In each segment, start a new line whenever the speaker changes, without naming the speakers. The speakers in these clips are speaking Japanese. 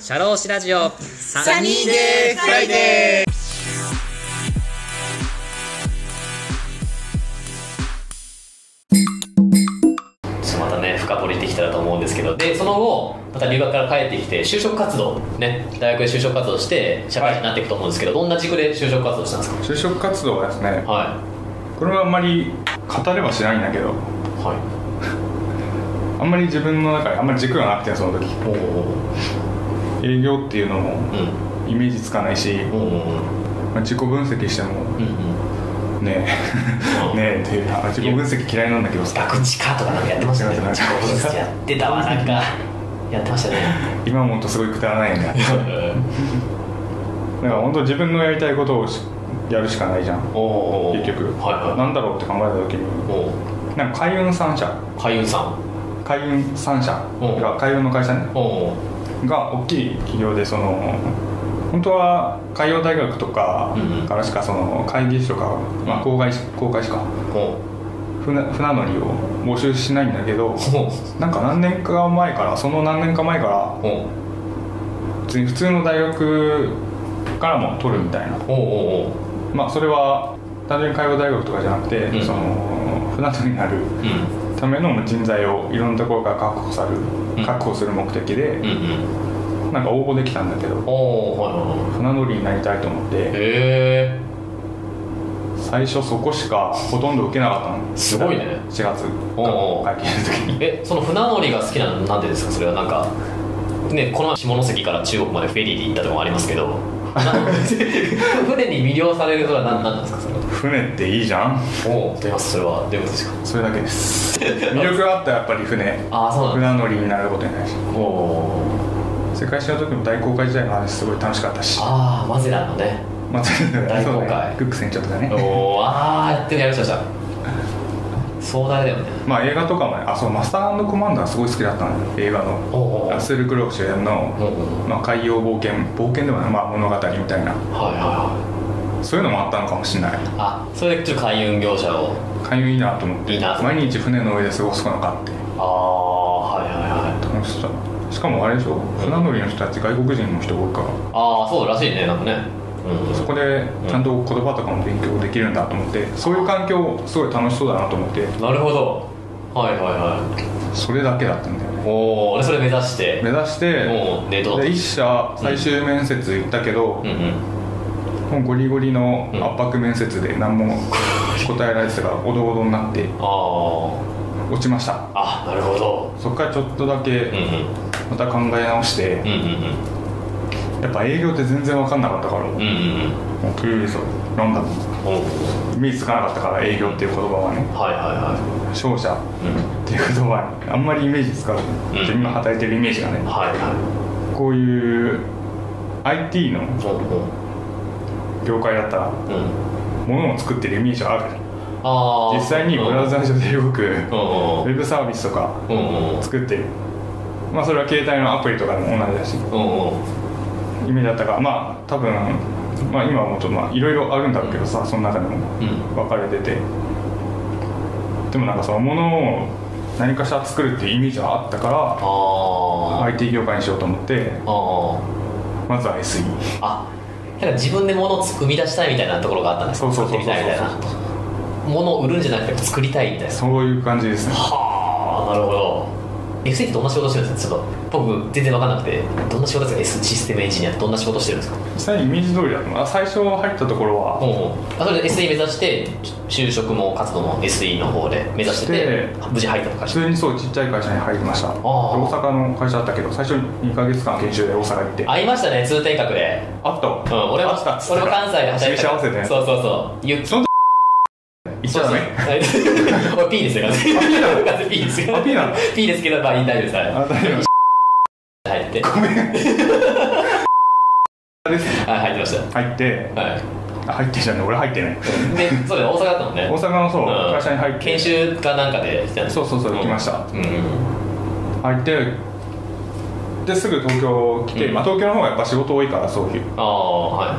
シャローシラジオサ
ニーデーフライデ
ー
ちょっとまたね深掘りできたらと思うんですけどでその後また留学から帰ってきて就職活動ね大学で就職活動して社会人になっていくと思うんですけど、どんな軸で就職活動したんですか
就職活動はですね
はい
これはあんまり語れはしないんだけど
は
あんまり自分の中であんまり軸がなくてその時
いおうお
営業っていうのも
ううん
イメージつかないし、
おうおう
まあ、自己分析しても
うんうん
ね
う
え
ん
ねえっていうか自己分析嫌いなんだけどさ
学知かとかなんかやってましたね
やってました
やってたわなんかやってましたね
今思うとすごいくだらないんだだか
うん
ら本当自分のやりたいことをしやるしかないじゃん
おうおうおう
結局、
はいは
なんだろうって考えた時に
いおう
なんか海運三社
海運さん
海運三社
お
が海運の会社ね
おうおう
が大きい企業でその本当は海洋大学とか
うんうん
からしかその会議士とか、まあ、公開士公開士か
おう
船船乗りを募集しないんだけ ど
おう
なんか何年か前からその何年か前から
おう
普通に普通の大学からも取るみたいな
おうおうおう
まあそれは単純に海洋大学とかじゃなくて、
うん
その船乗りになる
うん
ための人材をいろんなところから確保され
うん
る確保する目的
うんう
で、
ん
なんか応募できたんだけど
おおはいはいは
船乗りになりたいと思って
いへ
最初そこしかほとんど受けなかったの
すごいね
4月
おうおう
会見の時に
ええその船乗りが好きなのなんでですかそれはなんかねこの下関から中国までフェリーで行ったとかもありますけ ど船に魅了されるそれは何なんですかそれは
船っていいじゃん
おおと言いますそれはどういうことですか
それだけです 魅力があったらやっぱり船
ああそうなんだ
船乗りになることになるし
おお
世界史の時も大航海時代の話すごい楽しかったし
ああマゼランのね
まあ、そうだね
大航海
クック船長とかね
おおああやってるやりましたやりました壮大だよね
まあ映画とかもねあそうマスターコマンダーすごい好きだったの映画の
おお
ラッセル・クロウ主演
お
の、
お
まあ、海洋冒険冒険でもない、まあ、物語みたいな
はいはいはい
そういうのもあったのかもしれない
あそれでちょっと海運業者を
海運いいなと思って
いいな
毎日船の上で過ごすのかって
ああはいはいはい
楽しそうしかもあれでしょ船乗りの人たち外国人の人多いから
ああそうらしいねなんかねうん
そこでちゃんと言葉とかも勉強できるんだと思ってそういう環境すごい楽しそうだなと思って
なるほどはいはいは
それだけだったんだよね
いおおでそれ目指して
目指して
もうデートだ
で
と
一社最終面接行ったけど
うん、うん
もうゴリゴリの
うん
圧迫面接で何も答えられてたからおどおどになって
あ
落ちました
ああなるほど
そっからちょっとだ
うんう
け
ん
また考え直して、
うん
やっぱ営業って全然分かんなかったから、
うんうん
も
う
うん
うん
クリーズを飲んだ
うんおう
身につかなかったから営業っていう言葉はね
はいは
商
い
社
はいうん
っていう言葉にあんまりイメージつかず、
ん
自分が働いてるイメージがね、
はいは
こういう IT の
いおう
業界だったら
おううん
物を作ってるイメージはある
ああ
実際にブラウザー上で動くウ
うんうん
ェブサービスとか
うんうん
作ってるまあそれは携帯のアプリとかでも同じだし
うんうん
イメージだったからまあ多分まあ今はもうちょっとまあいろいろあるんだろうけどさその中でも
うん
分かれててでもなんかその物を何かしら作るっていうイメージはあったか
ああ
ら IT 業界にしようと思って
あ
まずは SE
ああなんか自分で物を作み出したいみたいなところがあったんです
そうそうそうそう
作ってみたいみたいな物を売るんじゃなくて作りたいみたいな
そういう感じですね
はあなるほど SE ってどんな仕事してるんですかちょっと僕全然分かんなくてどんな仕事ですか S システムエンジニアってどんな仕事してるんですか
実際にイメージ通りだと思うあ最初入ったところは
おうあそれで SE 目指して就職も活動も SE の方で目指してて
して
無事入ったとか
普通にそうちっちゃい会社に入りましたで
あ
大阪の会社だったけど最初に2ヶ月間研修で大阪行ってあ
会いましたね通天閣で
ったわ
うん俺は
あったっつって
俺は関西で働いて
示し合わせてね
そうそうそうゆっ
その行っちゃダメ
おい P ですよ完全に完全に P ですよ
あ P なんだ
P ですけどまあ大丈夫ですはい
あ大丈
入って
夫ごめんです
はい入ってまし
入って
たはい
あ入ってじゃねえ俺入ってない
でそうだよ大阪だったもんね
大阪のそう
うん
会社に入って
研修かなんかで来たんです
そうそうそう行きました
うんうん
入ってですぐ東京来て、
うん
まあ、東京の方がやっぱ仕事多いからそういう
ああは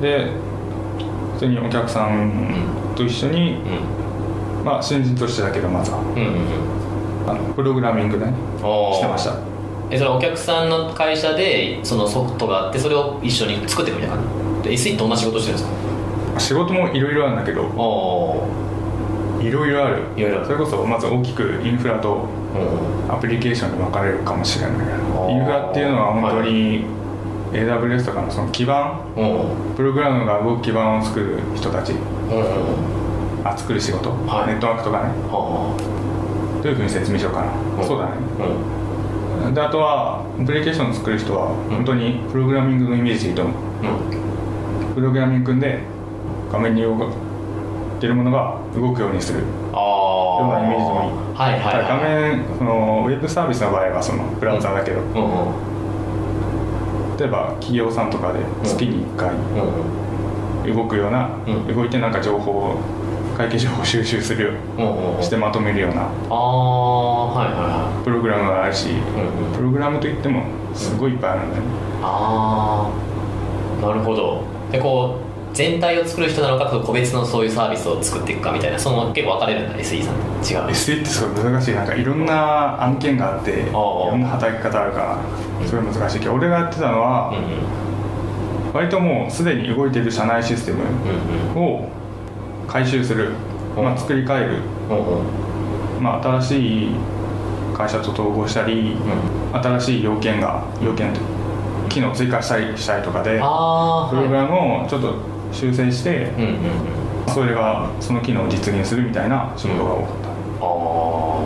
で普通にお客さんと一緒に
い、うん
まあ新人としてだけどまずは
うんうんうん
あのプログラミングね
おー
してました
でそれお客さんの会社でそのソフトがあってそれを一緒に作っていくみたいな感じで SE どんな仕事してるんですか
仕事もいろいろあるんだけど
おお
いろいろある
いろいろある
それこそまず大きくインフラとアプリケーションで分かれるかもしれない
ー
インフラっていうのは本当に AWS とかのその基盤
うんうん
プログラムが動く基盤を作る人たち
うん
あ作る仕事、
はい
ネットワークとかね
は
どういうふうに説明しようかな、
うん
そうだね
あ
であとはアプリケーションを作る人は
うん
本当にプログラミングのイメージでいいと思う
うんうん
プログラミング組んで画面に動かってるものが動くようにする
ああ
ようなイメージでもいい
はいはい、はい、
画面そのウェブサービスの場合はそのブラウザーだけど、
うんうん
例えば企業さんとかで月に1回
うん
動くような、
うん
動いてなんか情報を会計情報を収集するよ
うんうん
うしてまとめるような
ああはいはいは
プログラムがあるし
いうんうん
プログラムといってもすごいいっぱいあるんだよね、
ああなるほどでこう全体を作る人なのか個別のそういうサービスを作っていくかみたいなその結構分かれるんだ SE さん違う
SE ってすごい難しいなんかいろんな案件があっていろんな働き方あるからすごい難しいけど俺がやってた
う
の
ん
は
うん
割ともうすでに動いてる社内システム
うん
を回収する、まあ、作り変える、
うんうん
まあ、新しい会社と統合したり
うん
新しい要件が要件と機能追加したりしたりとかで
ああ
プログラムをちょっと修正して
うんうんうん
それがその機能を実現するみたいな仕事が多かった
ああ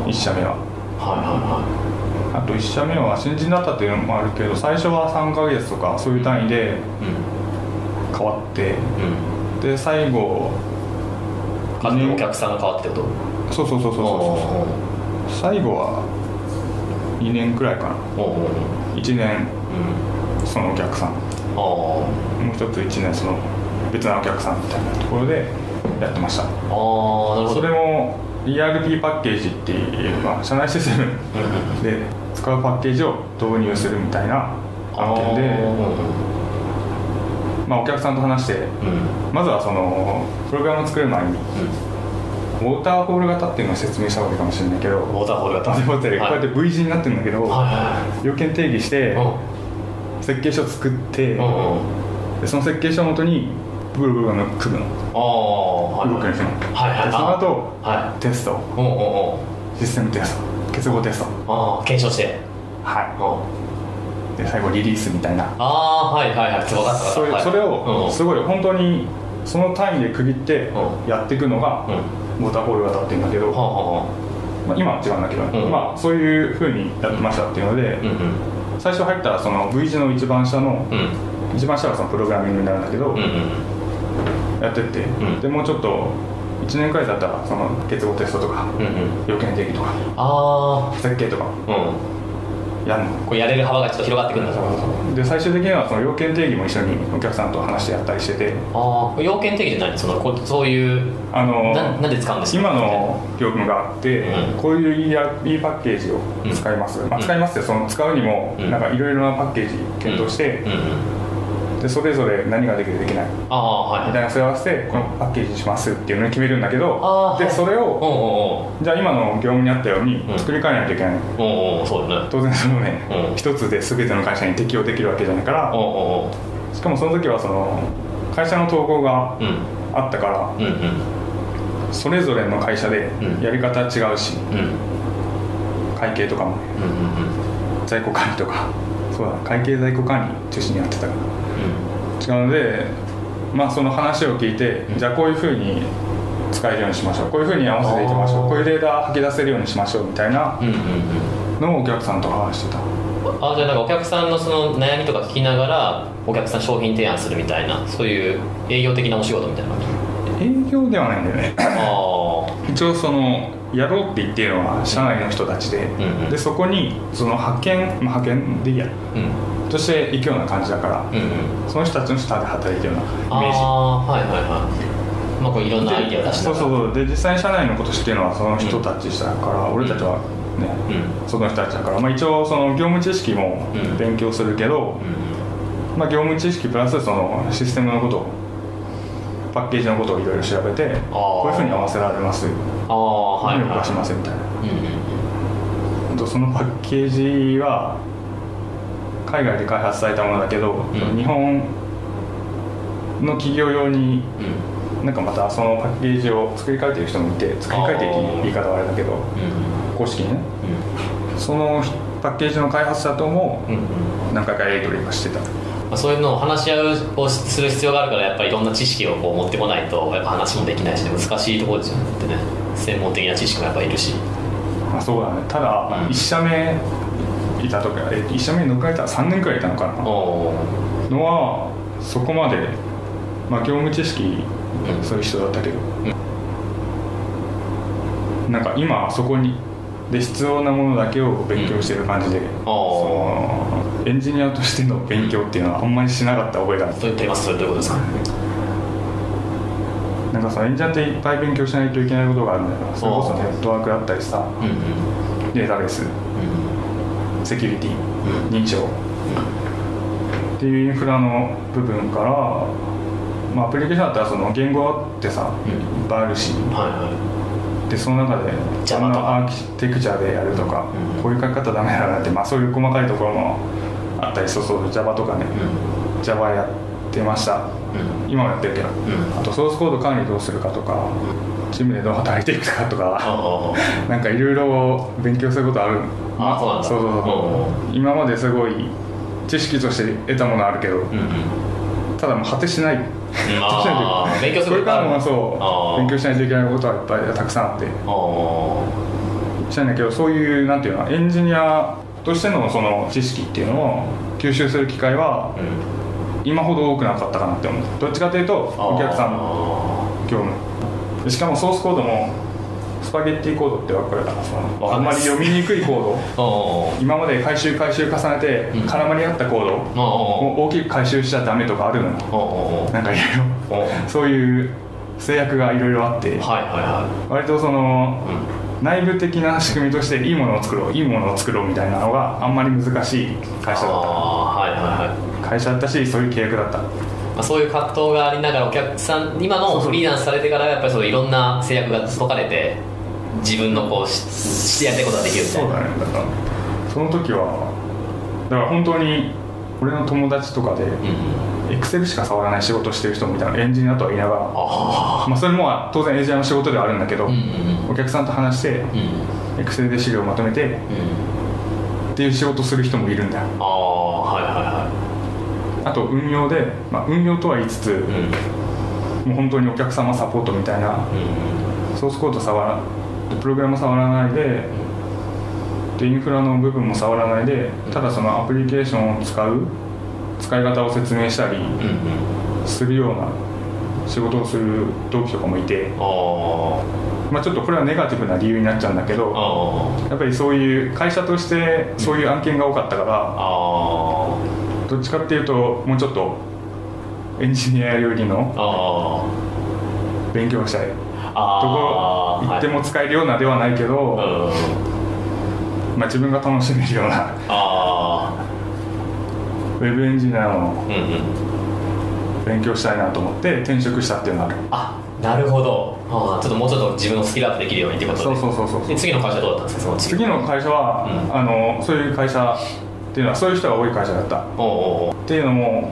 はい
1社目は。
は
あと1社目は新人だったっていうのもあるけど最初は3ヶ月とかそういう単位で
いはいうん
変わって
うん
で最後
あ
二年
お客さんが変わってるってこと
そうそうそうそうそ
お
う最後は2年くらいかな
ーおーおー
1年
うん
そのお客さん
ああ
もう一つ1年その別なお客さんみたいなところでやってました
ああなるほど
それも ERP パッケージっていう、まあ、社内システム
うんうん
で使うパッケージを導入するみたいな案件で、まあ、お客さんと話して
うんうん
まずはそのプログラムを作る前にウォーターホール型っていうのを説明した方がいいかもしれないけど
ウォーターホール型
建物ってこうやって V 字になってるんだけど、
は
要件定義し
い
て
はいはい
設計書を作って、
うんうんうん
でその設計書をもとにブログが組むの
ああはい
動くんですよ
はいはい
でその後
は
テスト
いうんうんうん
システムテスト結合テスト
ああ検証してうん
は
あ
いで最後リリースみたいな
あはいはいはい分かった
そ
分
れ,、
かった
それを
はい
すごい本当にその単位で区切って
う
やっていくのが
うんうん
ウォーターホール型っていうんだけど、
はあは
まあ、今は違うんだけど、
うん
まあ、そういうふうにやってましたっていうので、
あうんうん
最初入ったらその V 字の一番下の、
うん
一番下がそのプログラミングになるんだけど、
うんうん
やってって、
ん
でもうちょっと1年くらいだったらその結合テストとか
うんうん
要件定義とか
あ
設計とか
あうん
やるの
こうやれる幅がちょっと広がってくるんだ
で最終的にはその要件定義も一緒にお客さんと話してやったりしてて
ああ要件定義って何そのこうそういう
あの
ななんで使うんですか
今の業務があって、
うん
こういう ERP パッケージを使います、まあ、使いますってその使うにも
うん
なんかいろいろなパッケージ検討して
うん、うん
でそれぞれ何ができるできない
ああはい
みたいなそれ合わせてこのパッケージにしますっていうのに決めるんだけど
あー
で
はい
それ
う
を
んうんうん
じゃあ今の業務にあったように
うん
作り変えないといけない
うんうんそうだね
当然そのね
うん
一つで全ての会社に適用できるわけじゃないか
う
ら
んうんうん
しかもその時はその会社の統合が
うん
あったか
うん
らそれぞれの会社で
うん
やり方違うし
うんうん
会計とかもね
うんうん
在庫管理とかそうだ会計在庫管理中心にやってたから違うのでまあその話を聞いてじゃあこういうふうに使えるようにしましょうこういうふうに合わせていきましょ
あー
うこういうデータ吐き出せるようにしましょうみたいな
うんうんうんうん
のをお客さんと話してた
あじゃあなんかお客さんのその悩みとか聞きながらお客さん商品提案するみたいなそういう営業的なお仕事みたいな感じ
営業ではないんだよね
あ
一応そのやろうって言ってるのは社内の人たちで、
んうん
でそこにその派遣、まあ、派遣でいいや
あうんう
として行くような感じだから、
んうん
その人たちの下で働いてるようなイメ
あ
ージ
あーはいはいはいまあこういろんなアイディア出しな
そう
が
そ
ら
うそうで実際に社内のこと知ってるのはその人たちだから、俺たちはね、
うん
その人たちだから、まあ、一応その業務知識も
うん
勉強するけど、まあ、業務知識プラスそのシステムのことパッケージのことをいろいろ調べてこういうふうに合わせられますこう
ああはいいう
ふうに動
は
かしま
い
すみたいな
うんうん
ほんとそのパッケージは海外で開発されたものだけど、
ん
日本の企業用に
うん
なんかまたそのパッケージを作り変えてる人もいて作り変えてるっていう言い方はあれだけど公式にねそのパッケージの開発者とも
うんうんうん
何回かやり取りがしてた
まあ、そういうのを話し合うをする必要があるからやっぱりいろんな知識をこう持ってこないとやっぱ話もできないしね難しいところですよねだってね専門的な知識もやっぱいるし
あそうだねただ
うん
1社目いた時はえ1社目に抜かれたら3年くらいいたのかな
お
のはそこまで、まあ、業務知識
うん
そういう人だったけど、なんか今はそこにで必要なものだけを勉強してる感じで、
おお
そのエンジニアとしての勉強っていうのはあんまりしなかった覚えがある
と言ってますそれどういうことですか
なんかさエンジニアっていっぱい勉強しないといけないことがあるんだよなそれこそネットワークだったりさ
うんうん
データベース
うん
セキュリティ
うん
認証っていうインフラの部分から、まあ、アプリケーションだったらその言語ってさい
うん
っぱいあるし
はいはい
でその中でこ
Java
ん
と
な
か
アーキテクチャでやるとか、
うん
こういう書き方ダメだなって、まあ、そういう細かいところもあったりそうそう Java とかね、Java やってました
うん
今もやってるけど、
ん
あとソースコード管理どうするかとか、チームでどう働いていくかとか、
おー
なんかいろいろ勉強することある
あそうなんだ
そうそうそう今まですごい知識として得たものあるけど、
うんうん
ただもう果てしない
あー勉強する
これからも
あ
そ
ー
う勉強しないといけないことはいっぱいたくさんあって
おー
したいんだけどそういうなんていうのエンジニアとしてのその知識っていうのを吸収する機会は
うん
今ほど多くなかったかなって思うどっちかというと
あー
お客さんの業務でしかもソースコードもスパゲッティコードって分かるかなその
わ
あ
かん
ん
ない
ま
っ
り
す
読みにくいコード
おー
今まで回収回収重ねて
うん
絡まり合ったコードを
おー
大きく回収しちゃダメとかあるのよ
おーおー
なんかいろ
おー
いろそういう制約がいろいろあって
はいは
割とそ
い
の
はいうん
内部的な仕組みとしていいものを作ろういいものを作ろうみたいなのがあんまり難しい会社だっ
あーはいはいはい
た会社だったしそういう契約だった
まあ、そういう葛藤がありながらお客さん今
そう
の
そう
フリーランスされてからやっぱりそういろんな制約が解かれて自分のこうししてやりたいことができるみた
そ
いうな
だねだからその時はだから本当に俺の友達とかで
うんうん
エクセルしか触らない仕事してる人みたいなエンジニアとは言いながら
あ
まあ、それも当然エンジニアの仕事ではあるんだけど、
あうんうん
お客さんと話して
うんうん
エクセルで資料をまとめて
うん
っていう仕事する人もいるんだ
ああはいは
あと運用で、まあ、運用とは言いつつ、
いはいうん
もう本当にお客様サポートみたいな
うん
ソースコード触らプログラム触らないででインフラの部分も触らないでただそのアプリケーションを使う使い方を説明したり
うんうん
するような仕事をする同期とかもいて、
あー
まあ、ちょっとこれはネガティブな理由になっちゃうんだけど
あ
やっぱりそういう会社としてそういう案件が多かったか
あ
らどっちかっていうともうちょっとエンジニアよりの
ああ
勉強したい
あ
とこ
あ
行っても使えるようなではないけど、
はいうん
まあ、自分が楽しめるような
あ
ウェブエンジニアの
あうんうん
勉強したいなと思って転職したっていうのがある
あなるほどあーちょっともうちょっと自分のスキルアップできるようにってことで
そうそうそうそう
で次の会社どうだったんですかその次
次の会社は、
うん
あのそういう会社っていうのはそういう人が多い会社だったっ
おうおう
ていうのも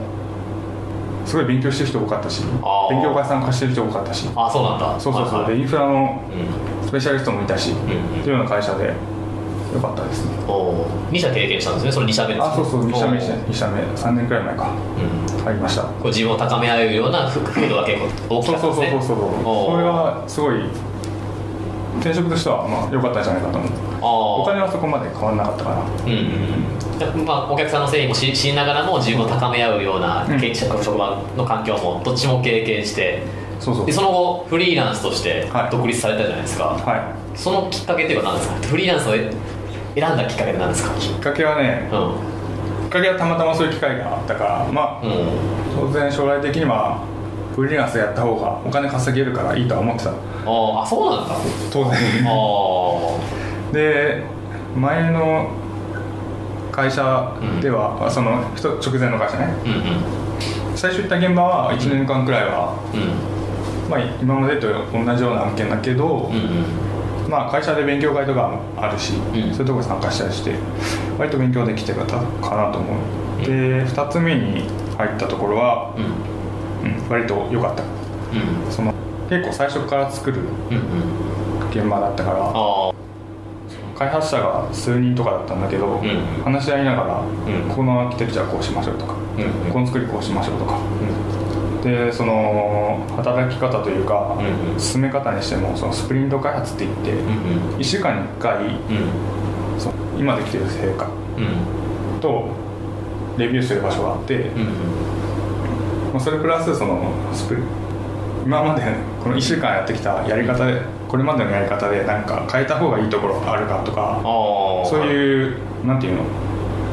すごい勉強してる人多かったし
あー
勉強会参加してる人多かったし
おうあそうなんだ
そうそうそう
はいはい
でインフラの
うん
スペシャリストもいたし、
ん
っていうような会社でよかったですね
おう二社経験したんですねそれ二社目ですね
あそうそう2社目
おう
2社目3年くらい前か
うん
入りました
こう自分を高め合うような服服が結構大き
そ
か
う
った
そ
で
う
す
そ
ね
うそうそう
おう
それはすごい転職としてはまあ良かったんじゃないかと思う
お
お
う
金はそこまで変わらなかったか
うんうんうんまあ、お客さんの誠意もし知りながらも自分を高め合うような
うん
経営者職場の環境もどっちも経験して
なそうそう
でその後フリーランスとして
はい
独立されたじゃないですか、
はい
そのきっかけっていうのは何ですかフリーランスを選んだきっかけって何ですか
きっかけはね
うん
きっかけはたまたまそういう機会があったからまあ
うん
当然将来的にはフリーランスやった方がお金稼げるからいいとは思ってた
ああそうなんだあ
当然
あ
で前の会社では、あその人直前の会社ね
うんうん
最初行った現場は1年間くらいは、
う
まあ、今までと同じような案件だけど、
んうんうん
まあ、会社で勉強会とかあるし、
ん
そういうとこ参加したりして割と勉強できてたかなと思うで2つ目に入ったところは、
うん
うん、割と良かった
うん
その結構最初から作る
うんうん
現場だったから
ああ
開発者が数人とかだったんだけど、
ん
話し合いながら、
ん
このアーキテクチャこうしましょうとか、
うんうん
この作りこうしましょうとか
う
でその働き方というか、
うんうん
進め方にしてもそのスプリント開発っていって、
んうん
1週間に1回
うん
その今できてる成果
うん
とレビューする場所があって、
うん
まあ、それプラスそのスプリ今までこの1週間やってきたやり方でこれまでのやり方でなんか変えた方がいいところあるかとか
ああ
そう
う
いうなんていうの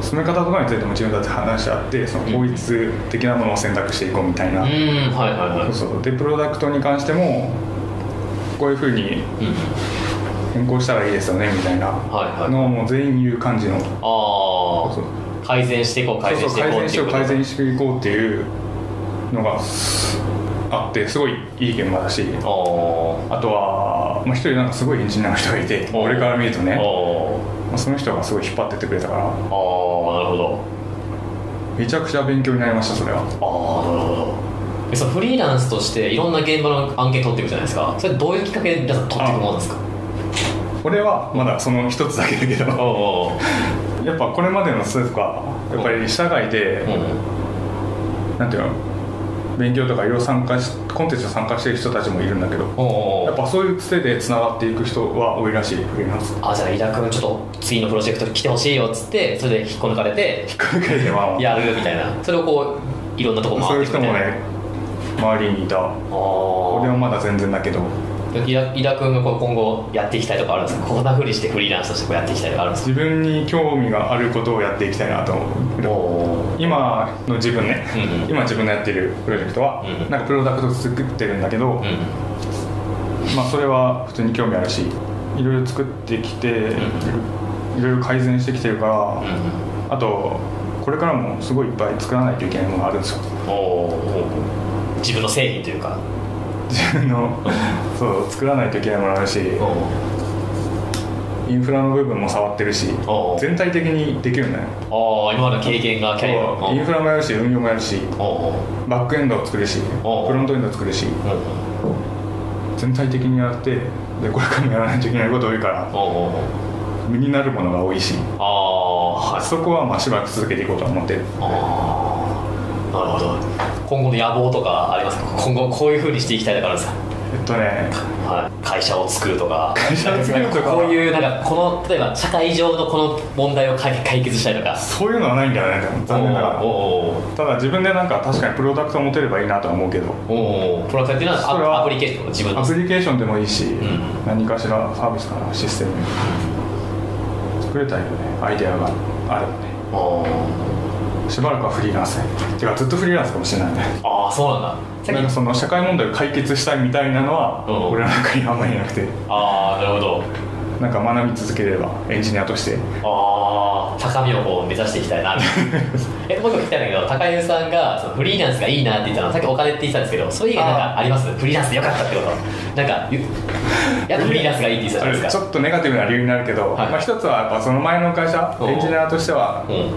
進め方とかについても自分たちで話し合ってその効率的なものを選択していこうみたいな、
うんはいはいはい
そうそうでプロダクトに関してもこういうふうに
うん
変更したらいいですよねみたいな
はいはい
のをもう全員言う感じの
あ
そう
あ改善していこう改
そう
善
そ
し
う
てい
改
こう
善
っ
してよ
いう
う
こと
改善していこうっていうのがあってすごいいい現場だし
ああ
あとは、まあ、一人なんかすごいエンジニアの人がいて
お
俺から見るとね、
お
まあ、その人がすごい引っ張ってってくれたから
ああなるほど
めちゃくちゃ勉強になりましたそれは
ああなるほどえそのフリーランスとしていろんな現場の案件取っていくじゃないですかそれどういうきっかけで皆さん取っていくものなんですか
俺はまだその一つだけだけ
お
ど
お
やっぱこれまでの数とかやっぱり社外で
うんうん
なんていうの勉強とかいろいろ参加しコンテンツに参加してる人たちもいるんだけど
おお
やっぱそういうつてでつながっていく人は多いらしいフリーランス
あじゃあ伊田君ちょっと次のプロジェクトに来てほしいよっつってそれで引っこ抜かれて
今回では
やるみたいなそれをこういろんなとこ
そう
回
い
っ
う
ていく
人
み
も
たいな
ね周りにいた俺は
あ
まだ全然だけど
あ伊田伊田君がこう今後やっていきたいとかあるんですかこんなふうにしてフリーランスとしてこうやっていきたいとかあるんですか
自分に興味があることをやっていきたいなと思う
おお
今の自分ね、
うんうん
今自分のやってるプロジェクトは、
うん
なんかプロダクト作ってるんだけど、
う
まあそれは普通に興味あるしいろいろ作ってきて、いろいろ改善してきてるから、
んうん
あとこれからもすごいいっぱい作らないといけないものがあるんですよ
おお自分の製品というか
自分のそう作らないといけないものあるし
お
インフラの部分も触ってるし
お
全体的にできるんだよ
お今までの経験がキャリア
そうインフラもやるし運用もやるし
おお
バックエンドを作るしフ
おう
ロントエンドを作るし全体的にやってでこれからもやらないといけないこと多いから
おお
身になるものが多いし
ああはい
そこはまあしばらく続けていこうとは思ってる
ああなるほど今後の野望とかありますか今後こういうふうにしていきたいとかあるんですか
えっとね
はい、会社を作るとか
会社を作るとか
なんこういうなんかこの例えば社会上のこの問題を解解決したいとか
そういうのはないんだよねでも残念なが
お
ら
お
ただ自分でなんか確かにプロダクトを持てればいいなとは思うけど
おおプロダクトっていうの
それ
は
は
アプリケーションの自分の
アプリケーションでもいいし、
ん
何かしらサービスかなシステム作れたらいいよねアイデアがあればね
おー
しばらくはフリーランスねてかずっとフリーランスかもしれないね
ああそうなんだ
なんか
さっき
その社会問題を解決したいみたいなのは
うん
俺の中にあんまりなくて
ああなるほど
なんか学び続ければエンジニアとして
ああ高みをこう目指していきたい なえ僕聞きたいんだけど高井さんがそのフリーランスがいいなって言ったのはさっきお金って言ってたんですけどそれ以外なんかありますフリーランスでよかったってことなんかゆやっぱフリーランスがいいって言ってたじゃないで
ち
す
ょ
か
っとネガティブな理由になるけど、
はい
まあ、一つはやっぱその前の会社
うん
エンジニアとしては
うん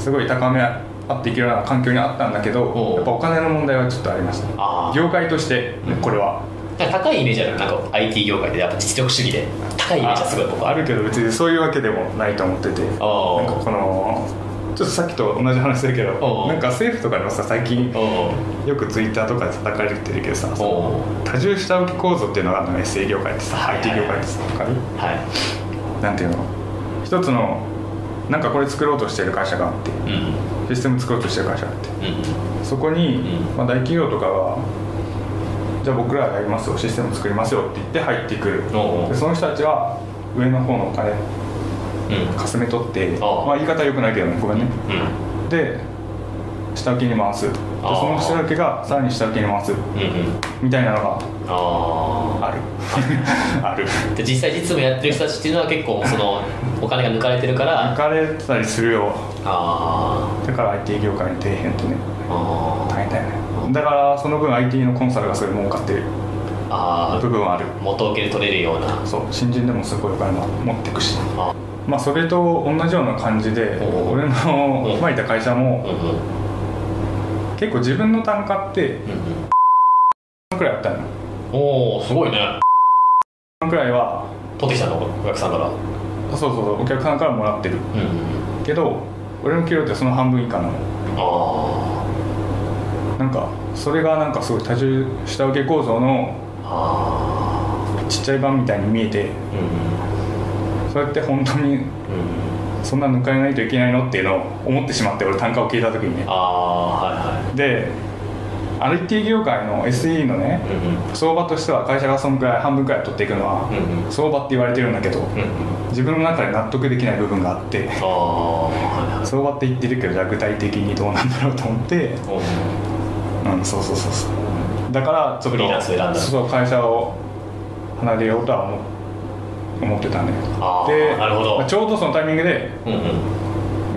すごい高めあっていけるような環境にあったんだけ
うん
どやっぱお金の問題はちょっとありました
あー
業界としてこれは
なんか高いイメージあるなんか IT 業界でやっぱ実力主義で高いイメージはすごい僕
あ
ある
るけど別にそういうわけでもないと思っててなんか
あー
このちょっとさっきと同じ話だけ
う
ど
ん
なんか政府とかでもさ最近
おお
よくツイッターとかで叩かれてるけどさ
おお
多重下請け構造っていうのがあるのね製業界ってさ、
はいはいはい
IT 業界ってさわかる
はい
なんていうの一つのなんかこれ作ろうとしてる会社があって
うん
システム作ろうとしてる会社があって
うん
そこに、
う
まあ、大企業とかがじゃあ僕らがやりますよシステム作りますよって言って入ってくる
おう
でその人たちは上の方のお金
うん
かすめ取って
ああ
まあ、言い方よくないけどねごめんね
うん
で下請けに回すでそ
ああ
の下請けがさらに下請けに回す
うんうん
みたいなのが
あ
あるあ る
あで実際実務やってる人たちっていうのは結構そのお金が抜かれてるから
抜かれたりするよ
あ
だから IT 業界の底辺ってね
ーあ
大変だよねだからその分 IT のコンサルがすごい儲かってる
ーあ
部分はある
ー元請けで取れるような
そう新人でもすごいお金も持ってくし
あ
まあ、それと同じような感じで
おう
俺
お
の
う
まあいた会社
うん
も
うんうん
結構自分の単価って
うん
くらいあったの
おおすごいね
くらいは
取ってきたのお客さんからうん
そうそうそうお客さんからもらってる
うん
けど俺の給料ってその半分以下なの
あ
なんかそれがなんかすごい多重下請け構造の
ーあ
ちっちゃい版みたいに見えて
ーうん
それって本当に
うん
そんな抜かれないといけないのっていうのを思ってしまって俺単価を聞いた時にね
ああー
で IT 業界の SE のね
はいはいうん
相場としては会社がそのくらい半分くらい取っていくのは
うんうん
相場って言われてるんだけど
うんうん
自分の中で納得できない部分があって
ああはいはい
相場って言ってるけどじゃあ具体的にどうなんだろうと思って
おー
うんそうそうそうそうだからちょっ
フリーランス選んだ
とそう会社を離れようとは思思ってたね
あー
で
なるほど
まあちょうどそのタイミングで
うんうん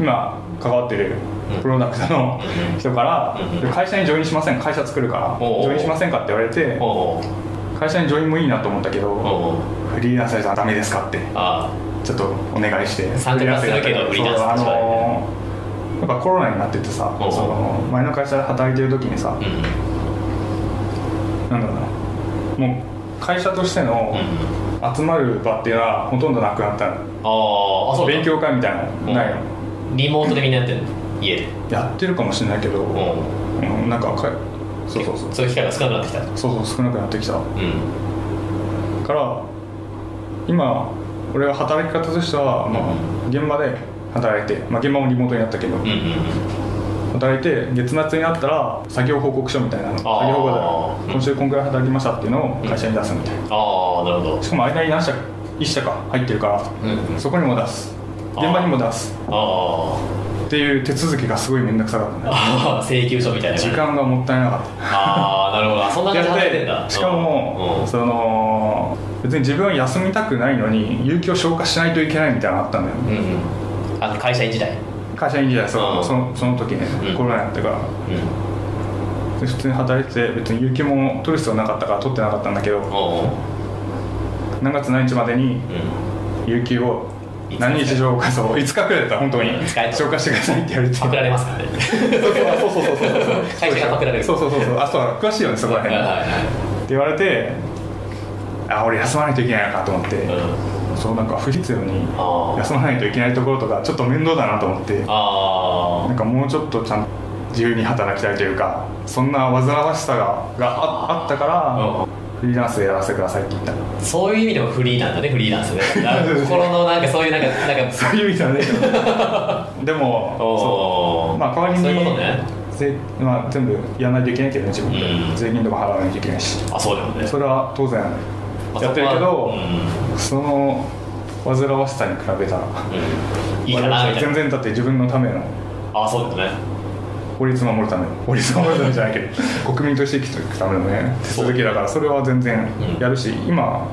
今関わってるプロダクトの
うん
人から
うん
「会社にジョインしません会社作るからジ
おうおう
ョインしませんか?」って言われて
おー
会社にジョインもいいなと思ったけ
おー
ど
おー
フリーランスじゃダメですかって
あ
ちょっとお願いして
参加はするけど
フリーランスだった
フリーラ
ら
ンスとしては
そ
ね
うあのーやっぱコロナになっててさ
おうおう
その前の会社で働いてる時に
あ
さ
うん
なんだろうなもう会社としての
うんうん
集まる場っていうのはほとんどなくなったの
あーあそうだ
勉強会みたいなのないの
リモートでみんなやってるの家で
やってるかもしれないけど、
うん
うん、なんかかいそうそうそう
そういう機会が少なくなってきた
そうそう少なくなってきた
うん
から今俺は働き方としては、まあ、現場で働いて、まあ、現場もリモートになったけど、
うんうんうん
働いて月末になったら作業報告書みたいなの作業報告
うん
書今週こんくらい働きましたっていうのを会社に出すみたいな、
ああなるほど
しかも間に何社1社か入ってるから、
うん
そこにも出す現
あー
場にも出す
あ
っていう手続きがすごい面倒くさかっ
ー
たね
あー 請求書みたいな
時間がもったいなかった
ああなるほどあそんな感じで働いてんだ
しかも、
う
その別に自分は休みたくないのに有給を消化しないといけないみたいなのがあったんだよ、
んうんうんうんあの会社員時代
会社員時代そうの
ん
そのその時ね、
うん
コロナやってから
うん
で普通に働いてて別に有給も取る必要なかったから取ってなかったんだけど
おうおう
何月何日までに
うん
有給を
いつ
何日消化そう5日くらいだった本当に
うん使えた
消化してくださいって言われて
パクられますからね
そうそうそうそうそう
会社がパクられる
そうそうそうそうあそう詳しいよねそこら
はい
辺
はい
って言われてあ俺休まないといけないのかと思って、
はいうん
そうなんか不必要に
あー
休まないといけないところとかちょっと面倒だなと思って
あ
なんかもうちょっとちゃんと自由に働きたいというかそんな煩わしさががああったから
うん
フリーランスでやらせてくださいって言った
あそういう意味でもフリーなんだねフリーランスねな心のなんかそういうなんかなんか
そういう意味だねでも
お
そう
お
まあ代わりに
そういうことね
税まあ、全部やらないといけないけどね自分
う
で
ん
税金とか払わないといけないし
あそうだよね
それは当然やってるけど
ま
その煩わしさに比べた
あそ
ら
こはうんうんいいかなみたい
全
な
然だって自分のための
あそうだよね
法律守るための法律守るためじゃないけ ど国民として生きていくためのね手続きだからそれは全然
うん
やるし、今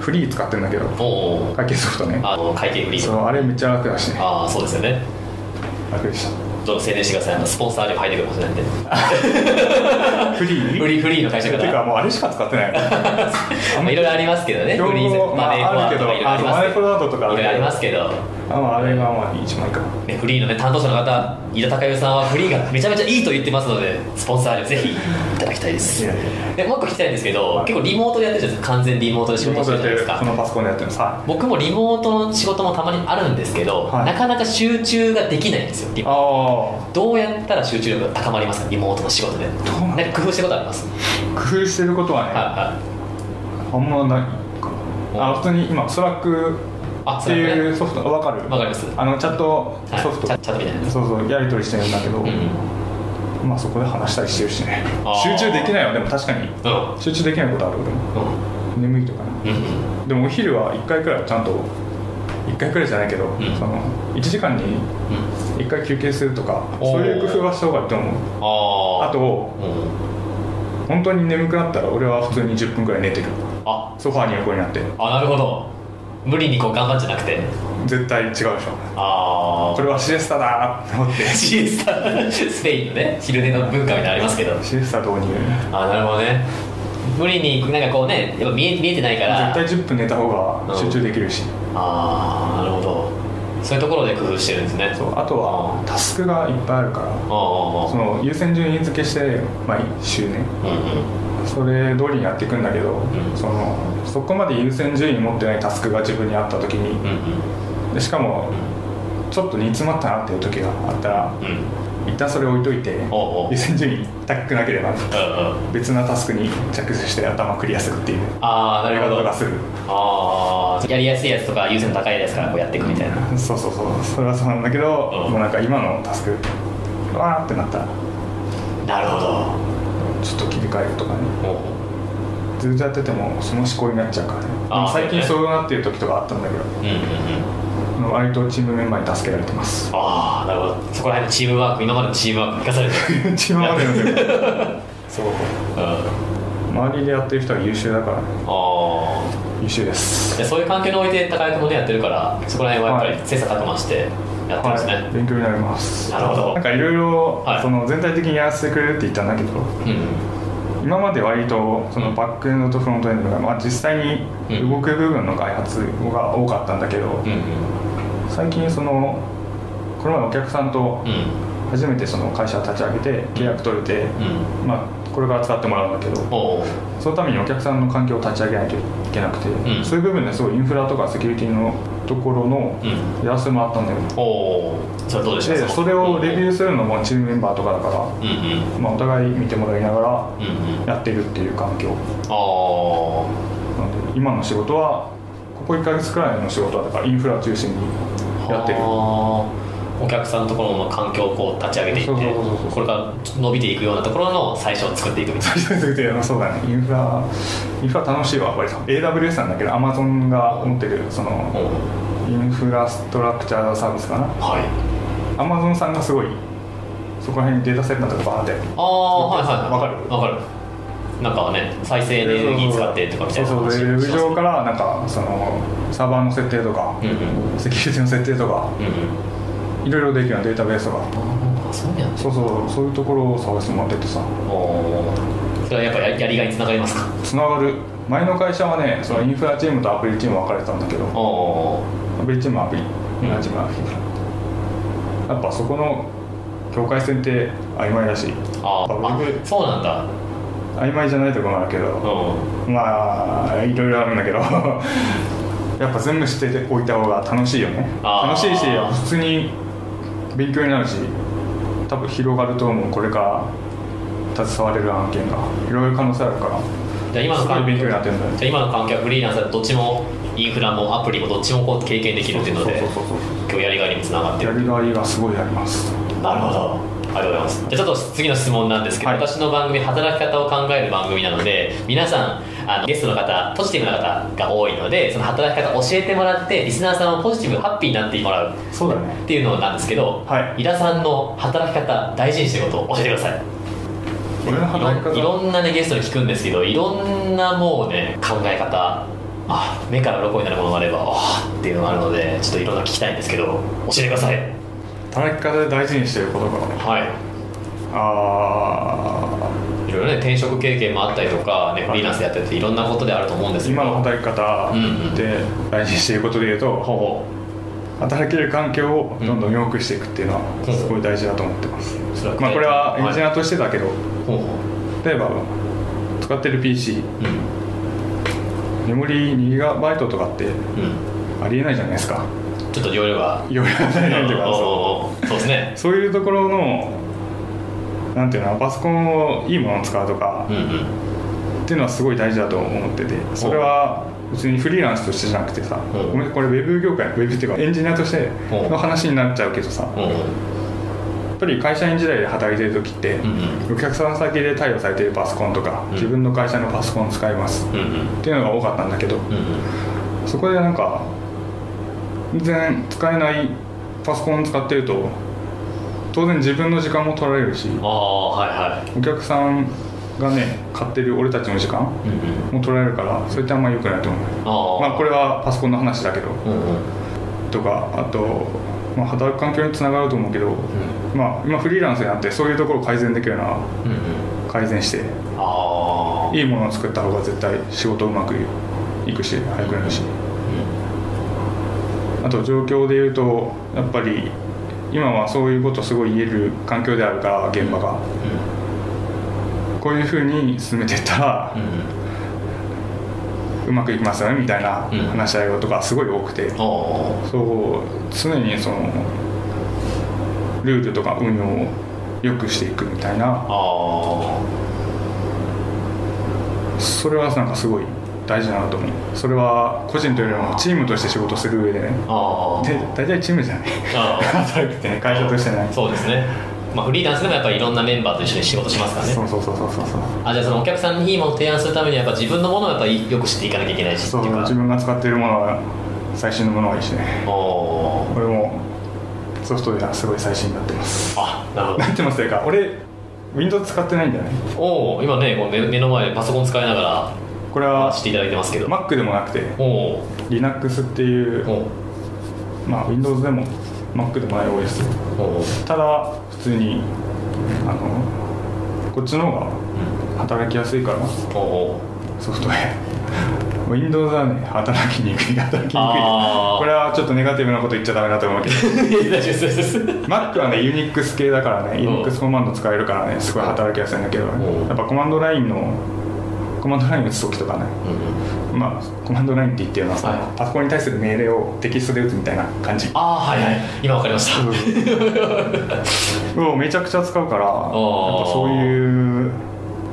フリー使ってるんだけど
おうおう
会計ソフトね
あの会計フリー
そうあれめっちゃ楽だしね
ああそうですよね
楽でした
どう宣伝してくださいあのスポンサー料入ってくるかもしれないんで
フリー
フリーフリーの会社
て
か
か
ら
もうあれしか使ってな い
まあいろいろありますけどね
競
フリー
合
マネーフォワードとかいろいろ
まああるけど
ありますけど
あマ
いろいろありますけど
ネーフォワードとかあるけどあまああれがまあ一番いいかな
ねフリーのね担当者の方井田孝代さんはフリーがめちゃめちゃいいと言ってますのでスポンサー料ぜひいただきたいです
いやい
でもう一個聞きたいんですけど結構リモートでやってるじゃないですか完全リモートで仕事してるじゃないですか
このパソコンでやってるさ
僕もリモートの仕事もたまにあるんですけど、
はい
なかなか集中ができないんですよリ
ああ
どうやったら集中力が高まりますかリモートの仕事で
うなの
なんか工夫したことあります
工夫してることはね、
はいはい
あんまないかなあ
お
普通に今スラック
あ
っていうソフトわかる
わかります
あのチャットソフト、
はいチャチャットみたいなやつ
そうそうやり取りしてるんだけど、
うんうん
まあそこで話したりしてるしね
あー
集中できないよでも確かに
うん
集中できないことある俺も眠いとかね
うんうん
でもお昼は1回くらいはちゃんと1回くらいじゃないけど、
ん
その1時間に
うん
1回休憩するとか
おー
そういう工夫はした方がいいと思う
あー
あと
うん
本当に眠くなったら俺は普通に10分くらい寝てる
あ
ソファーに横になって
あなるほど無理にこう頑張っちゃなくて
絶対違うでしょ
ああ
これはシエスタだーって思っ て
シエスタスペインのね昼寝の文化みたいなのありますけど
シエスタ導入
あなるほどね無理になんかこうねやっぱ見え見えてないから
絶対10分寝た方が集中できるし、
ああなるほどそういうところで工夫してるんですね
そうあとはタスクがいっぱいあるから
ああ
その優先順位付けして毎週ね
うんうん
それ通りにやっていくんだけど、
ん
そのそこまで優先順位持ってないタスクが自分にあった時
う
に
ん
でしかもちょっと煮詰まったなっていう時があったら
うんうん
一旦それ置いといて
おうおう
優先順位高くなければ
うんうん
別なタスクに着手して頭クリアするっていう
ああなるほ
やり方
ど
がする
ああやりやすいやつとか優先の高いやつからこうやっていくみたいな
そうそうそうそれはそうなんだけど、
うん
もうなんか今のタスクうわーってなったら
なるほど
ちょっと切り替えるとかね
おう
ずっとやっててもその思考になっちゃうからねで
あ
も
ー
最近
そ
そうなっていう時とかあったんだけど
うんうんうん
割とチームメンバーに助けられてます
ああなるほどそこら辺のチームワーク今までのチームワーク生かされて る、
チームワークなんだけど そう
うん、あ
周りでやってる人は優秀だからね
あ
優秀です
でそういう環境において高井君もねやってるからそこら辺はやっぱり切磋琢磨してやってますね、
はい、勉強になります
なるほど
なんかいろいろ
はい
その全体的にやらせてくれるって言ったんだけど、
うん
今まで割とそのバックエンドとフロントエンドが、まあ、実際に
うん
動く部分の開発が多かったんだけど、
うん
最近そのこの前お客さんと
うんうん
初めてその会社立ち上げて契約取れて、
うん
まあ、これから使ってもらうんだけど
おう
そのためにお客さんの環境を立ち上げないといけなくて、
うん
そういう部分ですごいインフラとかセキュリティのところの
うん
やらせてもらったんだよね、
おうそれどうでした
でそれをレビューするのもチームメンバーとかだか
うんうん
ら、まあ、お互い見てもらいな
う
が
んうん
らやってるっていう環境
あ
なので今の仕事はここ1ヶ月くらいの仕事はだからインフラ中心に
あ
やってる
あーお客さんのところの環境をこう立ち上げていって
そうそうそうそう
これから伸びていくようなところの最初を作っていくみたいな
初めて見てあそうだねインフラインフラ楽しいわ割と AWS なんだけど Amazon が持ってるその
おう
インフラストラクチャーサービスかな
はい
Amazon さんがすごいそこら辺にデータセンターとかバーンって
ああはいはい
わかる
わかるなんかね再生エネルギー使ってとかみたいな
そうそう
話
でウェブ
します
上からなんかそのサーバーの設定とか
うんうん
セキュリティの設定とか
うんうん
いろいろできるようなデータベースとか
あそうなんだ
そうそうそういうところを探してもらっててさ
おーそれはやっぱややりがいにつながりますか
つながる前の会社はねそのインフラチームとアプリチーム分かれてたんだけど
おお
アプリチームはアプリインフラチームはアプリやっぱそこの境界線って曖昧だし
あー
バブル
あそうなんだ
曖昧じゃないところもあるけ
う
ど
ん
まあいろいろあるんだけど やっぱ全部知っておいた方が楽しいよね
あー
楽しいし普通に勉強になるし多分広がると思うこれから携われる案件がいろいろ可能性あるから
じゃあ今の
すごい
環
勉
境
強に
じ
なってるんだよ
ゃあ今の環境はフリーランスだとどっちもインフラもアプリもどっちもこう経験できるっていうので
そうそうそうそう
今日やりがいにもつながって
や
る
りがいがすごいあります
なるほどありがとうございますじゃあちょっと次の質問なんですけど、
はい
私の番組働き方を考える番組なので皆さんあのゲストの方ポジティブな方が多いのでその働き方を教えてもらってリスナーさんをポジティブハッピーになってもらう
そうだね
っていうのなんですけど、
はい
井田さんの働き方大事にしてることを教えてください
俺の
いろ
働き
んい
方
ろんなねゲストに聞くんですけどいろんなもうね考え方あ目から鱗になるものがあればあーっていうのがあるのでちょっといろんな聞きたいんですけど教えてください
働き方で大事にしてることか
は
あ
いいろいろね転職経験もあったりとか、ね、フリーランスでやってていろんなことであると思うんです
ー
けど
今の働き方で大事にしていることでいうと、
ほぼ
働ける環境をどんどん良くしていくっていうのは
うん
すごい大事だと思ってます、
それは
まあ、これはエンジニ
はい
アとしてだけど、
ほうほう
例えば使ってる PC
うん
メモリー 2GB とかって
う
ありえないじゃないですか
んちょっと容量が
いろいろありえないというか
おう
そう
おうおう そうですね
そういうところのなんていうのパソコンをいいものを使うとか、
うんうん
っていうのはすごい大事だと思っててそれは別にフリーランスとしてじゃなくてさ、
うん
ごめんこれウェブ業界ウェブっていうかエンジニアとしての話になっちゃうけどさ、や
うんうん
っぱり会社員時代で働いてる時って、
うん
お客さん先で対応されてるパソコンとか、
ん
自分の会社のパソコン使います
うんうん
っていうのが多かったんだけど、
うんうん
そこでなんか全然使えないパソコン使ってると当然自分の時間も取られるし
ああはいはい
お客さんがね買ってる俺たちの時間
うんうん
も取られるからそれってあんま良くないと思う
ああ
まあ、これはパソコンの話だけど
うんうん
とかあと、まあ、働く環境につながると思うけど、まあ、今フリーランスになってそういうところを改善できるなら
うんうん
改善して
ああ
いいものを作った方が絶対仕事うまくいくし早くなるし
うん
あと状況でいうとやっぱり今はそういうことすごい言える環境であるから現場がこういうふうに進めてったらうまくいきますよねみたいな
うん
話し合いとかすごい多くて
おお
そう常にそのルールとか運用を良くしていくみたいな
あ
それはなんかすごい大事だなと思うそれは個人というよりもチームとして仕事する上でね
あああ
で大体チームじゃない
あ
働くってね会社としてね
そうですねまあフリーランスでもやっぱりいろんなメンバーと一緒に仕事しますからね
そうそうそうそうそうそう
あじゃあそのお客さんにいいものを提案するためにはやっぱ自分のものをやっぱりよく知っていかなきゃいけないしって
そ
いううか
自分が使っているものは最新のものがいいしね
おお
俺もソフトウェアすごい最新になってます
あなるほど
なってますというか俺 Windows 使ってないんだよね
おお今ねこう目目の前でパソコン使いながら
これ
まあ
は
していただいてますけど、
Mac でもなくて
おお
Linux ってい
お
う、まあ、Windows でも Mac でもない OS
おお
ただ普通にあのこっちの方が働きやすいから
おお
ソフトウェア Windows はね働きにくい働きにくい
あー
これはちょっとネガティブなこと言っちゃダメだと思うけど
いや大丈夫です大丈夫です
Mac はね Unix 系だからね Unix コマンド使えるからねすごい働きやすいんだけど
うん
やっぱコマンドラインのコマンドライン打つ時とかね
うん
まあコマンドラインって言ってるのはその
はい
パソコンに対する命令をテキストで打つみたいな感じ
ああはいはい今わかりました
をめちゃくちゃ使うからやっぱそういう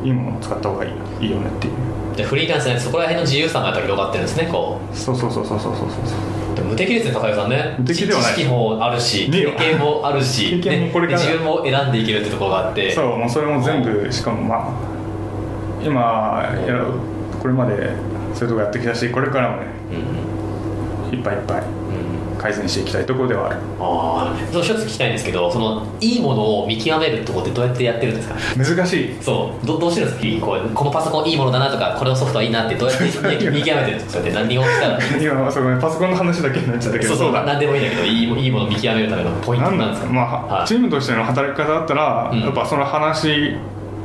いいものを使った方がいいいいよねっていう
じゃあフリーランスでそこら辺の自由さがやっぱ広がってるんですねこ
そうそうそうそうそうそうそう
うでも無敵ですね高井さんね
無敵ではない
知識もあるし
ねえ
経
よ
験もあるし、
経験もこれから
ねで自分も選んでいけるってところがあって
そうもうそれも全部しかもまあ今やろうこれまでそういうとこやってきたしこれからもね
うん
いっぱいいっぱい
うん
改善していきたいところではある
ああその一つ聞きたいんですけどそのいいものを見極めるとこってどうやってやってるんですか
難しい
そうどどうしてるんですか日々こうこのパソコンいいものだなとかこれのソフトはいいなってどうやって見見極めてるんですかって何をしたら
今そうごめんパソコンの話だけになっちゃったけ
そ
ど
うそう
だ
何でもいいんだけどいいもいいものを見極めるためのポイント
なん
なん
だ
ですか
ま
は
あ
い
チームとしての働き方だったら、
うん
やっぱその話し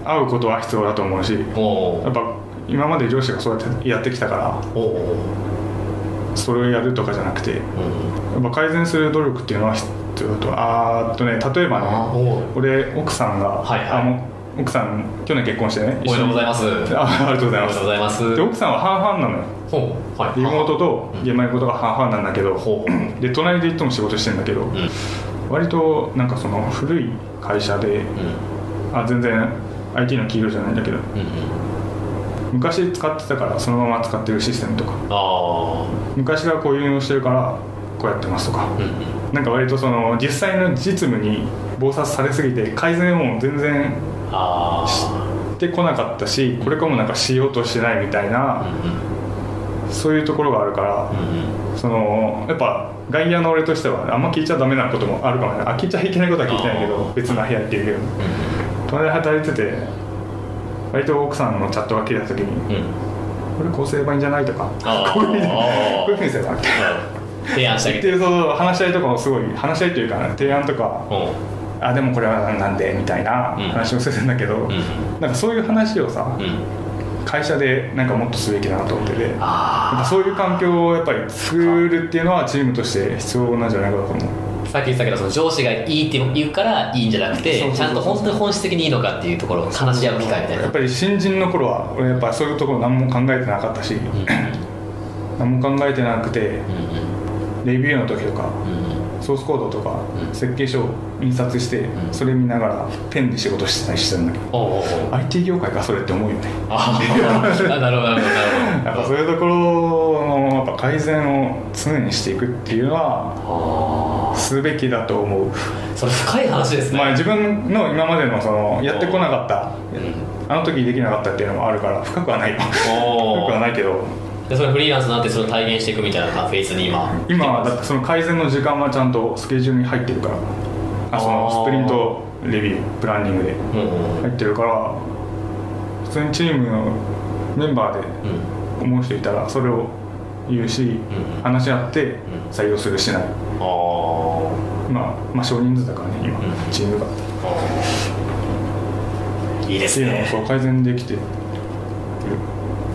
合うことは必要だと思うしや
お
っ
ー
ぱ今まで上司がそうやってやってきたから
おお
それをやるとかじゃなくてや
うん
っぱ改善する努力っていうのは必要だとあーっとね例えば
あー
ね
おー
俺奥さんが、
はいはい
あの奥さん去年結婚してね
おめでとうございます
あありがとうござ
お
い
め
ま
ですとうございます
で奥さんは半々なのよ
ほうはい
リモートと
うん
現場のことが半々なんだけど、
ほう
で隣でいつも仕事してんだけど、
うんうん
割となんかその古い会社であ全然 IT の企業じゃないんだけど
うんうん
昔使ってたからそのまま使ってるシステムとか
あ
昔からこういうのをしてるからこうやってますとか
あ、うんうん
なんか割とその実際の実務に忙殺されすぎて改善も全然
あ
してこなかったしこれからもなんかしようとしてないみた
あう
い
ん
なそういうところがあるか
う
ら
んうん
そのやっぱ外野の俺としてはあんま聞いちゃダメなこともあるかもねあ聞いちゃいけないことは聞いてないけ
あ
ど
ー
別な部屋っていうけど隣で働いてて割と奥さんのチャットが切れた時
うん
に
うん
これこうすればいいんじゃないとか
あー
こういうふうにこ
あー
ういうふうにすればみたいな
提案してあ
言
げ
って
て
ると話し合いとかもすごい話し合いというかね提案とか
おう
あでもこれはなんでみたいな
うん
話をするんだけど、
ん
なんかそういう話をさ
うん
会社でなんかもっとすべきだなと思っててやっ
ああ
ぱそういう環境をやっぱり作るっていうのはチームとして必要なんじゃないかなと思う
さっき言ってたけどその上司がいいって言うからいいんじゃなく
そう
て
そう
ち
そう
ゃんと本当に本質的にいいのかっていうところを話し合う機会みたい
や
な
っぱり新人の頃は俺やっぱそういうところ何も考えてなかったし、何も考えてなくて
うん
レビューの時とか
うんうん
ソースコードとか
うん
設計書を印刷して
ん
それ見ながらペンで仕事してたりしてたんだけど
おうおうおう
IT 業界かそれって思うよね
あーなるほどなるほど
や
な
っ
る
ぱ
ほ
そう
ど
いうところのやっぱ改善を常にしていくっていうのは
あ
すべきだと思う、
ーそれ深い話ですね、
まあ、自分の今までのそのやってこなかった
うん
あの時できなかったっていうのもあるから深くはないよ深
お
くは
ー
ないけど
でそれフリーランスになってそれを体現していくみたいなフェースに今
今はだってその改善の時間はちゃんとスケジュールに入ってるからあそ
あー
のスプリントレビュープランニングで
うんうんうん
入ってるから普通にチームのメンバーで思う人いたらそれを言うし、
うん
話し合って採用するしな
あ
い、
ー
まあ、まあ少人数だからね今、
うん
チームがっ
あーいいで
て
す
いうのを
ね
そう改善できてる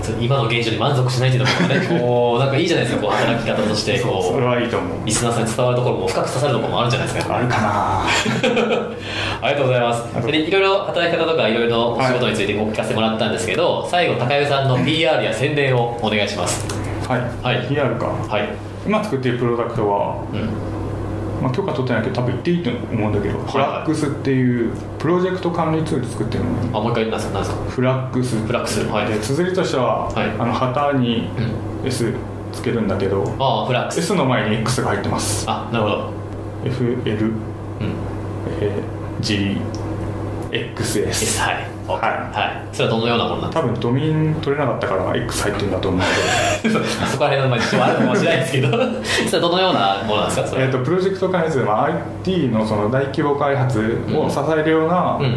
そちょっと今の現状に満足しないっていうのもね こうなんかいいじゃないですかこう働き方としてこう
それはいいと思う
リスナーさんに伝わるところも深く刺さるところもあるんじゃないですか
あるかな
ありがとうございますでいろいろ働き方とかいろいろお仕事についてお聞かせてもらったんですけど、最後高代さんの PR や宣伝をお願いします
はい、
はい
PR か
はい、
今作っているプロダクトは、
うん、
まあ、許可取ってないけど多分言っていいと思うんだけど、フラックスっていうプロジェクト管理ツール作ってるのね
あもう一回言いますか何ですか
フラックス
フラックスはい
で綴りとしては、
はい
あの旗に
う
S つけるんだけど、
ああフラックス
S の前に X が入ってます
あなるほど
FLGXS
うんですはい
はい
はい、それはどのようなものなんで
多分ドミン取れなかったから X 入ってるん だと思う
すかそこら辺のまあ事情はあるかもしれないですけど それはどのようなものなんですかそ
けど、え
れ
ー、とプロジェクト開発で、まあ、IT のその大規模開発を支えるような
うんうん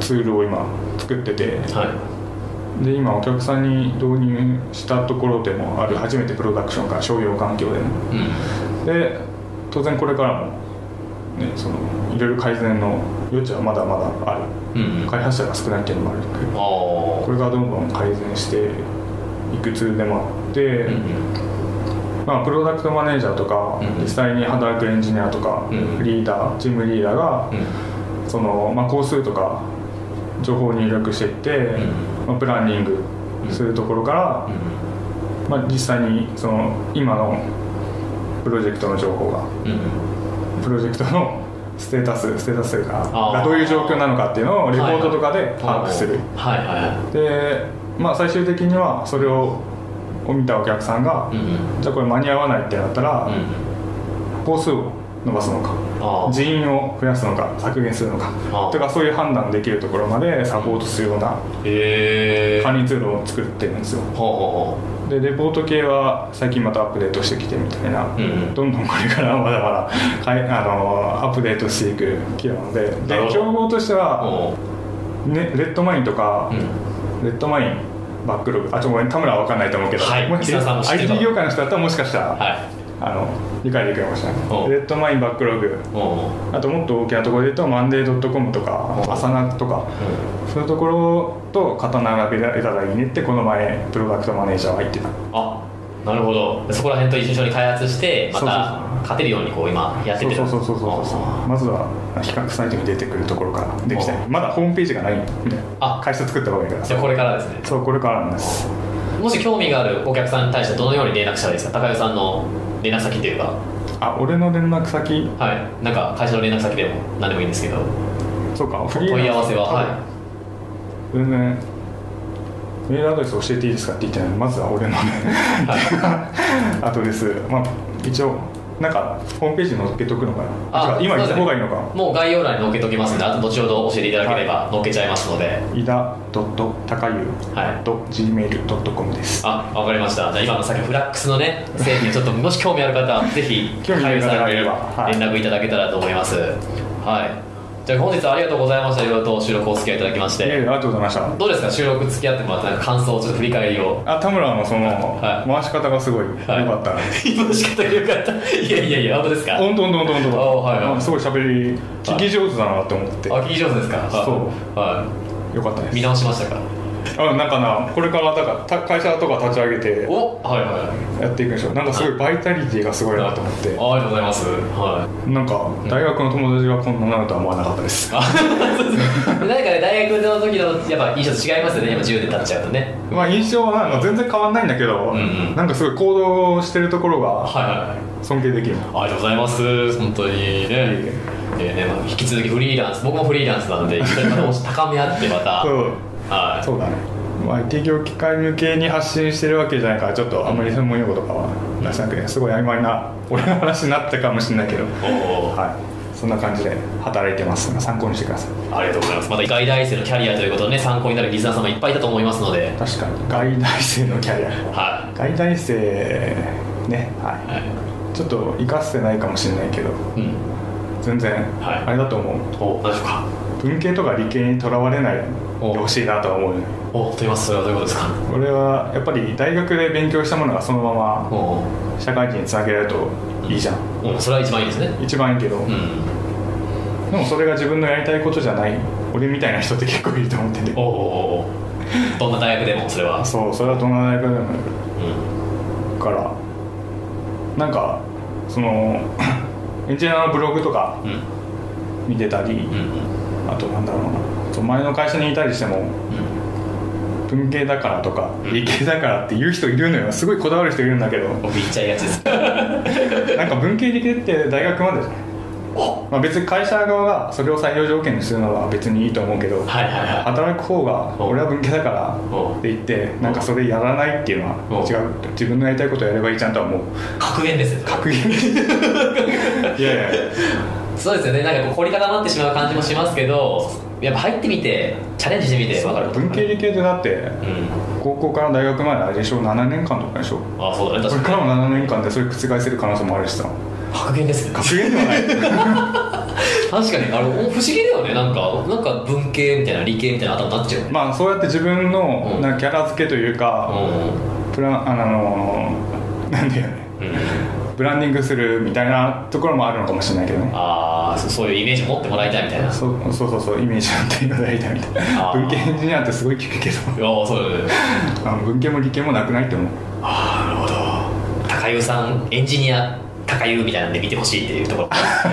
ツールを今作ってて、
はい
で今お客さんに導入したところでもある初めてプロダクションから商業環境でも
うん
で当然これからも、ね、そのいろいろ改善の余地はまだまだある
うんうん
開発者が少ないっていうのもあるけど
お
これがどんどん改善していくツールでもあって、
ーうん
まあ、プロダクトマネージャーとか、
うん
実際に働くエンジニアとか、
うん
リーダーチームリーダーが、
うん
そのまあ、工数とか情報を入力していって、
ん
まあ、プランニングするところから、まあ、実際にその今のプロジェクトの情報が
うんうんうん
プロジェクトの ステータスステータスというか
あー
がどういう状況なのかっていうのをレポートとかで把握する、
はいはいは
で、まあ、最終的にはそれをを見たお客さんが、
いうんうん
じゃあこれ間に合わないってなった
う
ら、
ん
工数を伸ばすのか
あー
人員を増やすのか削減するのか
あー
とかそういう判断できるところまでサポートするような
へえ
管理ツールを作ってるんですよ
ほうほ
でレポート系は最近またアップデートしてきてみたいな、
うほううん
どんどんこれからまだまだかいあのアップデートしていく気なので
なる
で
ほど
競合としては、
ほ
ね、レッドマインとか、
ううん
レッドマインバックログあちょごめん田村は分かんないと思うけど、
はい
もし
リスナーさんも知ってるかも
IT 業界の人だったらもしかしたら、
はい
あの理解できるかもしれ
お
ないレッドマインバックログ
ほうほ
あともっと大きなところで言うとマンデー .com とか
お
アサナとか
ううん
そういうところと肩並べられたらいいねってこの前プロダクトマネージャーは言ってた
あなるほどそこら辺と一緒に開発してまた
そうそうそう
勝てるようにこう今やって
そ
て
う
る
そうそうそうそうそうまずは比較サイトに出てくるところからできた
お
いまだホームページがないみたい
あ
な会社作った方がいいから
じゃあこれからですね
そうこれからなんです
もし興味があるお客さんに対してどのように連絡したらいいですか高代さんの連絡先というか
あ俺の連絡先
はいなんか会社の連絡先でも何でもいいんですけど
そうかフリーランス
問い合わせは
多分
は
全然メールアドレス教えていいですかって言ってないまずは俺のね、 アドレス、まあ、一応なんかホームページに載っけとくのかな
あ
違う今言った方がいいの
い
か
もう概要欄に載っけときますんであと後ほど教えていただければ載っけちゃいますので
いだ .takayu.gmail.com です
あ、わかりました。じゃあ今のさっきフラックスのね、製品ちょっともし興味ある 方、ぜひ
興味ある方がいれば
連絡いただけたらと思います。はい。じゃあ本日はありがとうございました。いろいろと収録お付き合いいただきまし
いやい
て。
やありがとうございました
どうですか収録付き合ってもらったなんか感想をちょっと振り返りを。
あ田村のその、
はい
回し方がすごい良
はい
かった、
今しかとよかった。いやいやいや、本当ですか。
本当本当本
あ
当
はいはい
あすごい喋り聞き上手だなと思って、
あ、聞き上手ですか。。
そう
は
よかった
い。見
です
直しましたか。
あなんかなこれからだからた会社とか立ち上げて
お、はいはい。
やっていくんでしょなんかすごいバイタリティがすごいなと思って
あありがとうございます。はい。
なんか大学の友達がこんななるとは思わなかったです
あそうですなんかね、大学の時のやっぱ印象と違いますよね。やっぱ10年経っちゃうとね。
まあ印象はなんか全然変わんないんだけど、
うんうん
なんかすごい行動してるところが
はいはいはい。
尊敬できる
ありがとうございます本当にね,、
いえ
えーねまあ、引き続きフリーランス僕もフリーランスなので一緒にまた高め合ってまた
そう
はい
そうだね、まあ、IT 業界向けに発信してるわけじゃないからちょっとあんまり専門用語とかは出さなくてすごい曖昧な俺の話になったかもしれないけど
おー
はいそんな感じで働いてます参考にしてください
ありがとうございますまた外大生のキャリアということでね参考になるリスナーさんもいっぱいいたと思いますので
確かに外大生のキャリア
は
外大生ねはい
い、は
ちょっと生かせてないかもしれないけど
い、うん
全然、
はい
あれだと思う
お大丈夫か
文系とか理系にとらわれないでほしいなとは思うね
おと言いますそれはどういうことですか
俺はやっぱり大学で勉強したものがそのまま
お
社会人につなげられるといいじゃん
ーおーそれは一番いいですね
一番いいけど、
うん
でもそれが自分のやりたいことじゃない俺みたいな人って結構いると思ってて
おーおーおーどんな大学でもそれは
そうそれはどんな大学でも
うん
だからなんかその エンジニアのブログとか
うん
見てたり
うんうん
あとなんだろうなそう前の会社にいたりしても文系だからとか
うん
理系だからって言う人いるのよすごいこだわる人いるんだけど
僕言っちゃいがちです
なんか文系理系って大学までじゃないまあ、別に会社側がそれを採用条件にするのは別にいいと思うけ ど、
はいはいはい
働く方が
うん
俺は文系だから
うん
って言ってなんかそれやらないっていうの
うん
は違う自分のやりたいことをやればいいじゃんとは思う
格言ですよ
格言 いやいや
そうですよねなんかこう凝り固まってしまう感じもしますけどやっぱ入ってみてチャレンジしてみて分かる
文系理系ってだって
うん
高校から大学まであれでしょ7年間とかでしょこ
あそうだね
れ
確
から
か
も7年間でそれ覆せる可能性もあるしさ
に格言ですね
格言ではない
確かにあれお不思議だよねなんかなんか文系みたいな理系みたいな頭になっちゃう
まあそうやって自分のなんかキャラ付けというか、プランあの なんていうの
うん、うん、
ブランディングするみたいなところもあるのかもしれないけどね
ああそそういうイメージ持ってもらいたいみたいないや
そうそうそうそうイメージをっていただいたみたい
あー
な文系エンジニアってすごい聞くけど
ーそうだよね
あの文系も理系もなくないって思う
ああなるほど高湯さんエンジニア高湯みたいなんで見てほしいっていうところ
あ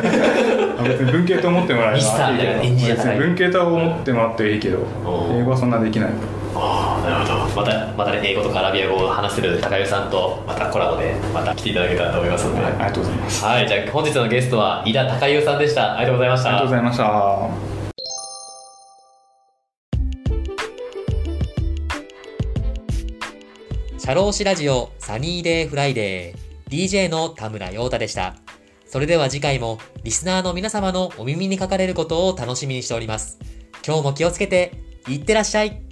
別に文系と思ってもらえばいい
ミスターみ
け
たいな
ど
エンジニア
別に文系と思ってもらっていいけど
ん
英語はそんなできない
ああなるほどまたまたね英語とかアラビア語を話せる高湯さんとまたコラボでまた来ていただけたらと思いますので、
ありがとうございます
はい、じゃあ本日のゲストは井田高優さんでした。ありがとうございまし
あり
た。
がとうございました
シャローシラジオサニーデイフライデー DJ の田村陽太でした。それでは次回もリスナーの皆様のお耳にかかれることを楽しみにしております。今日も気をつけて、いってらっしゃい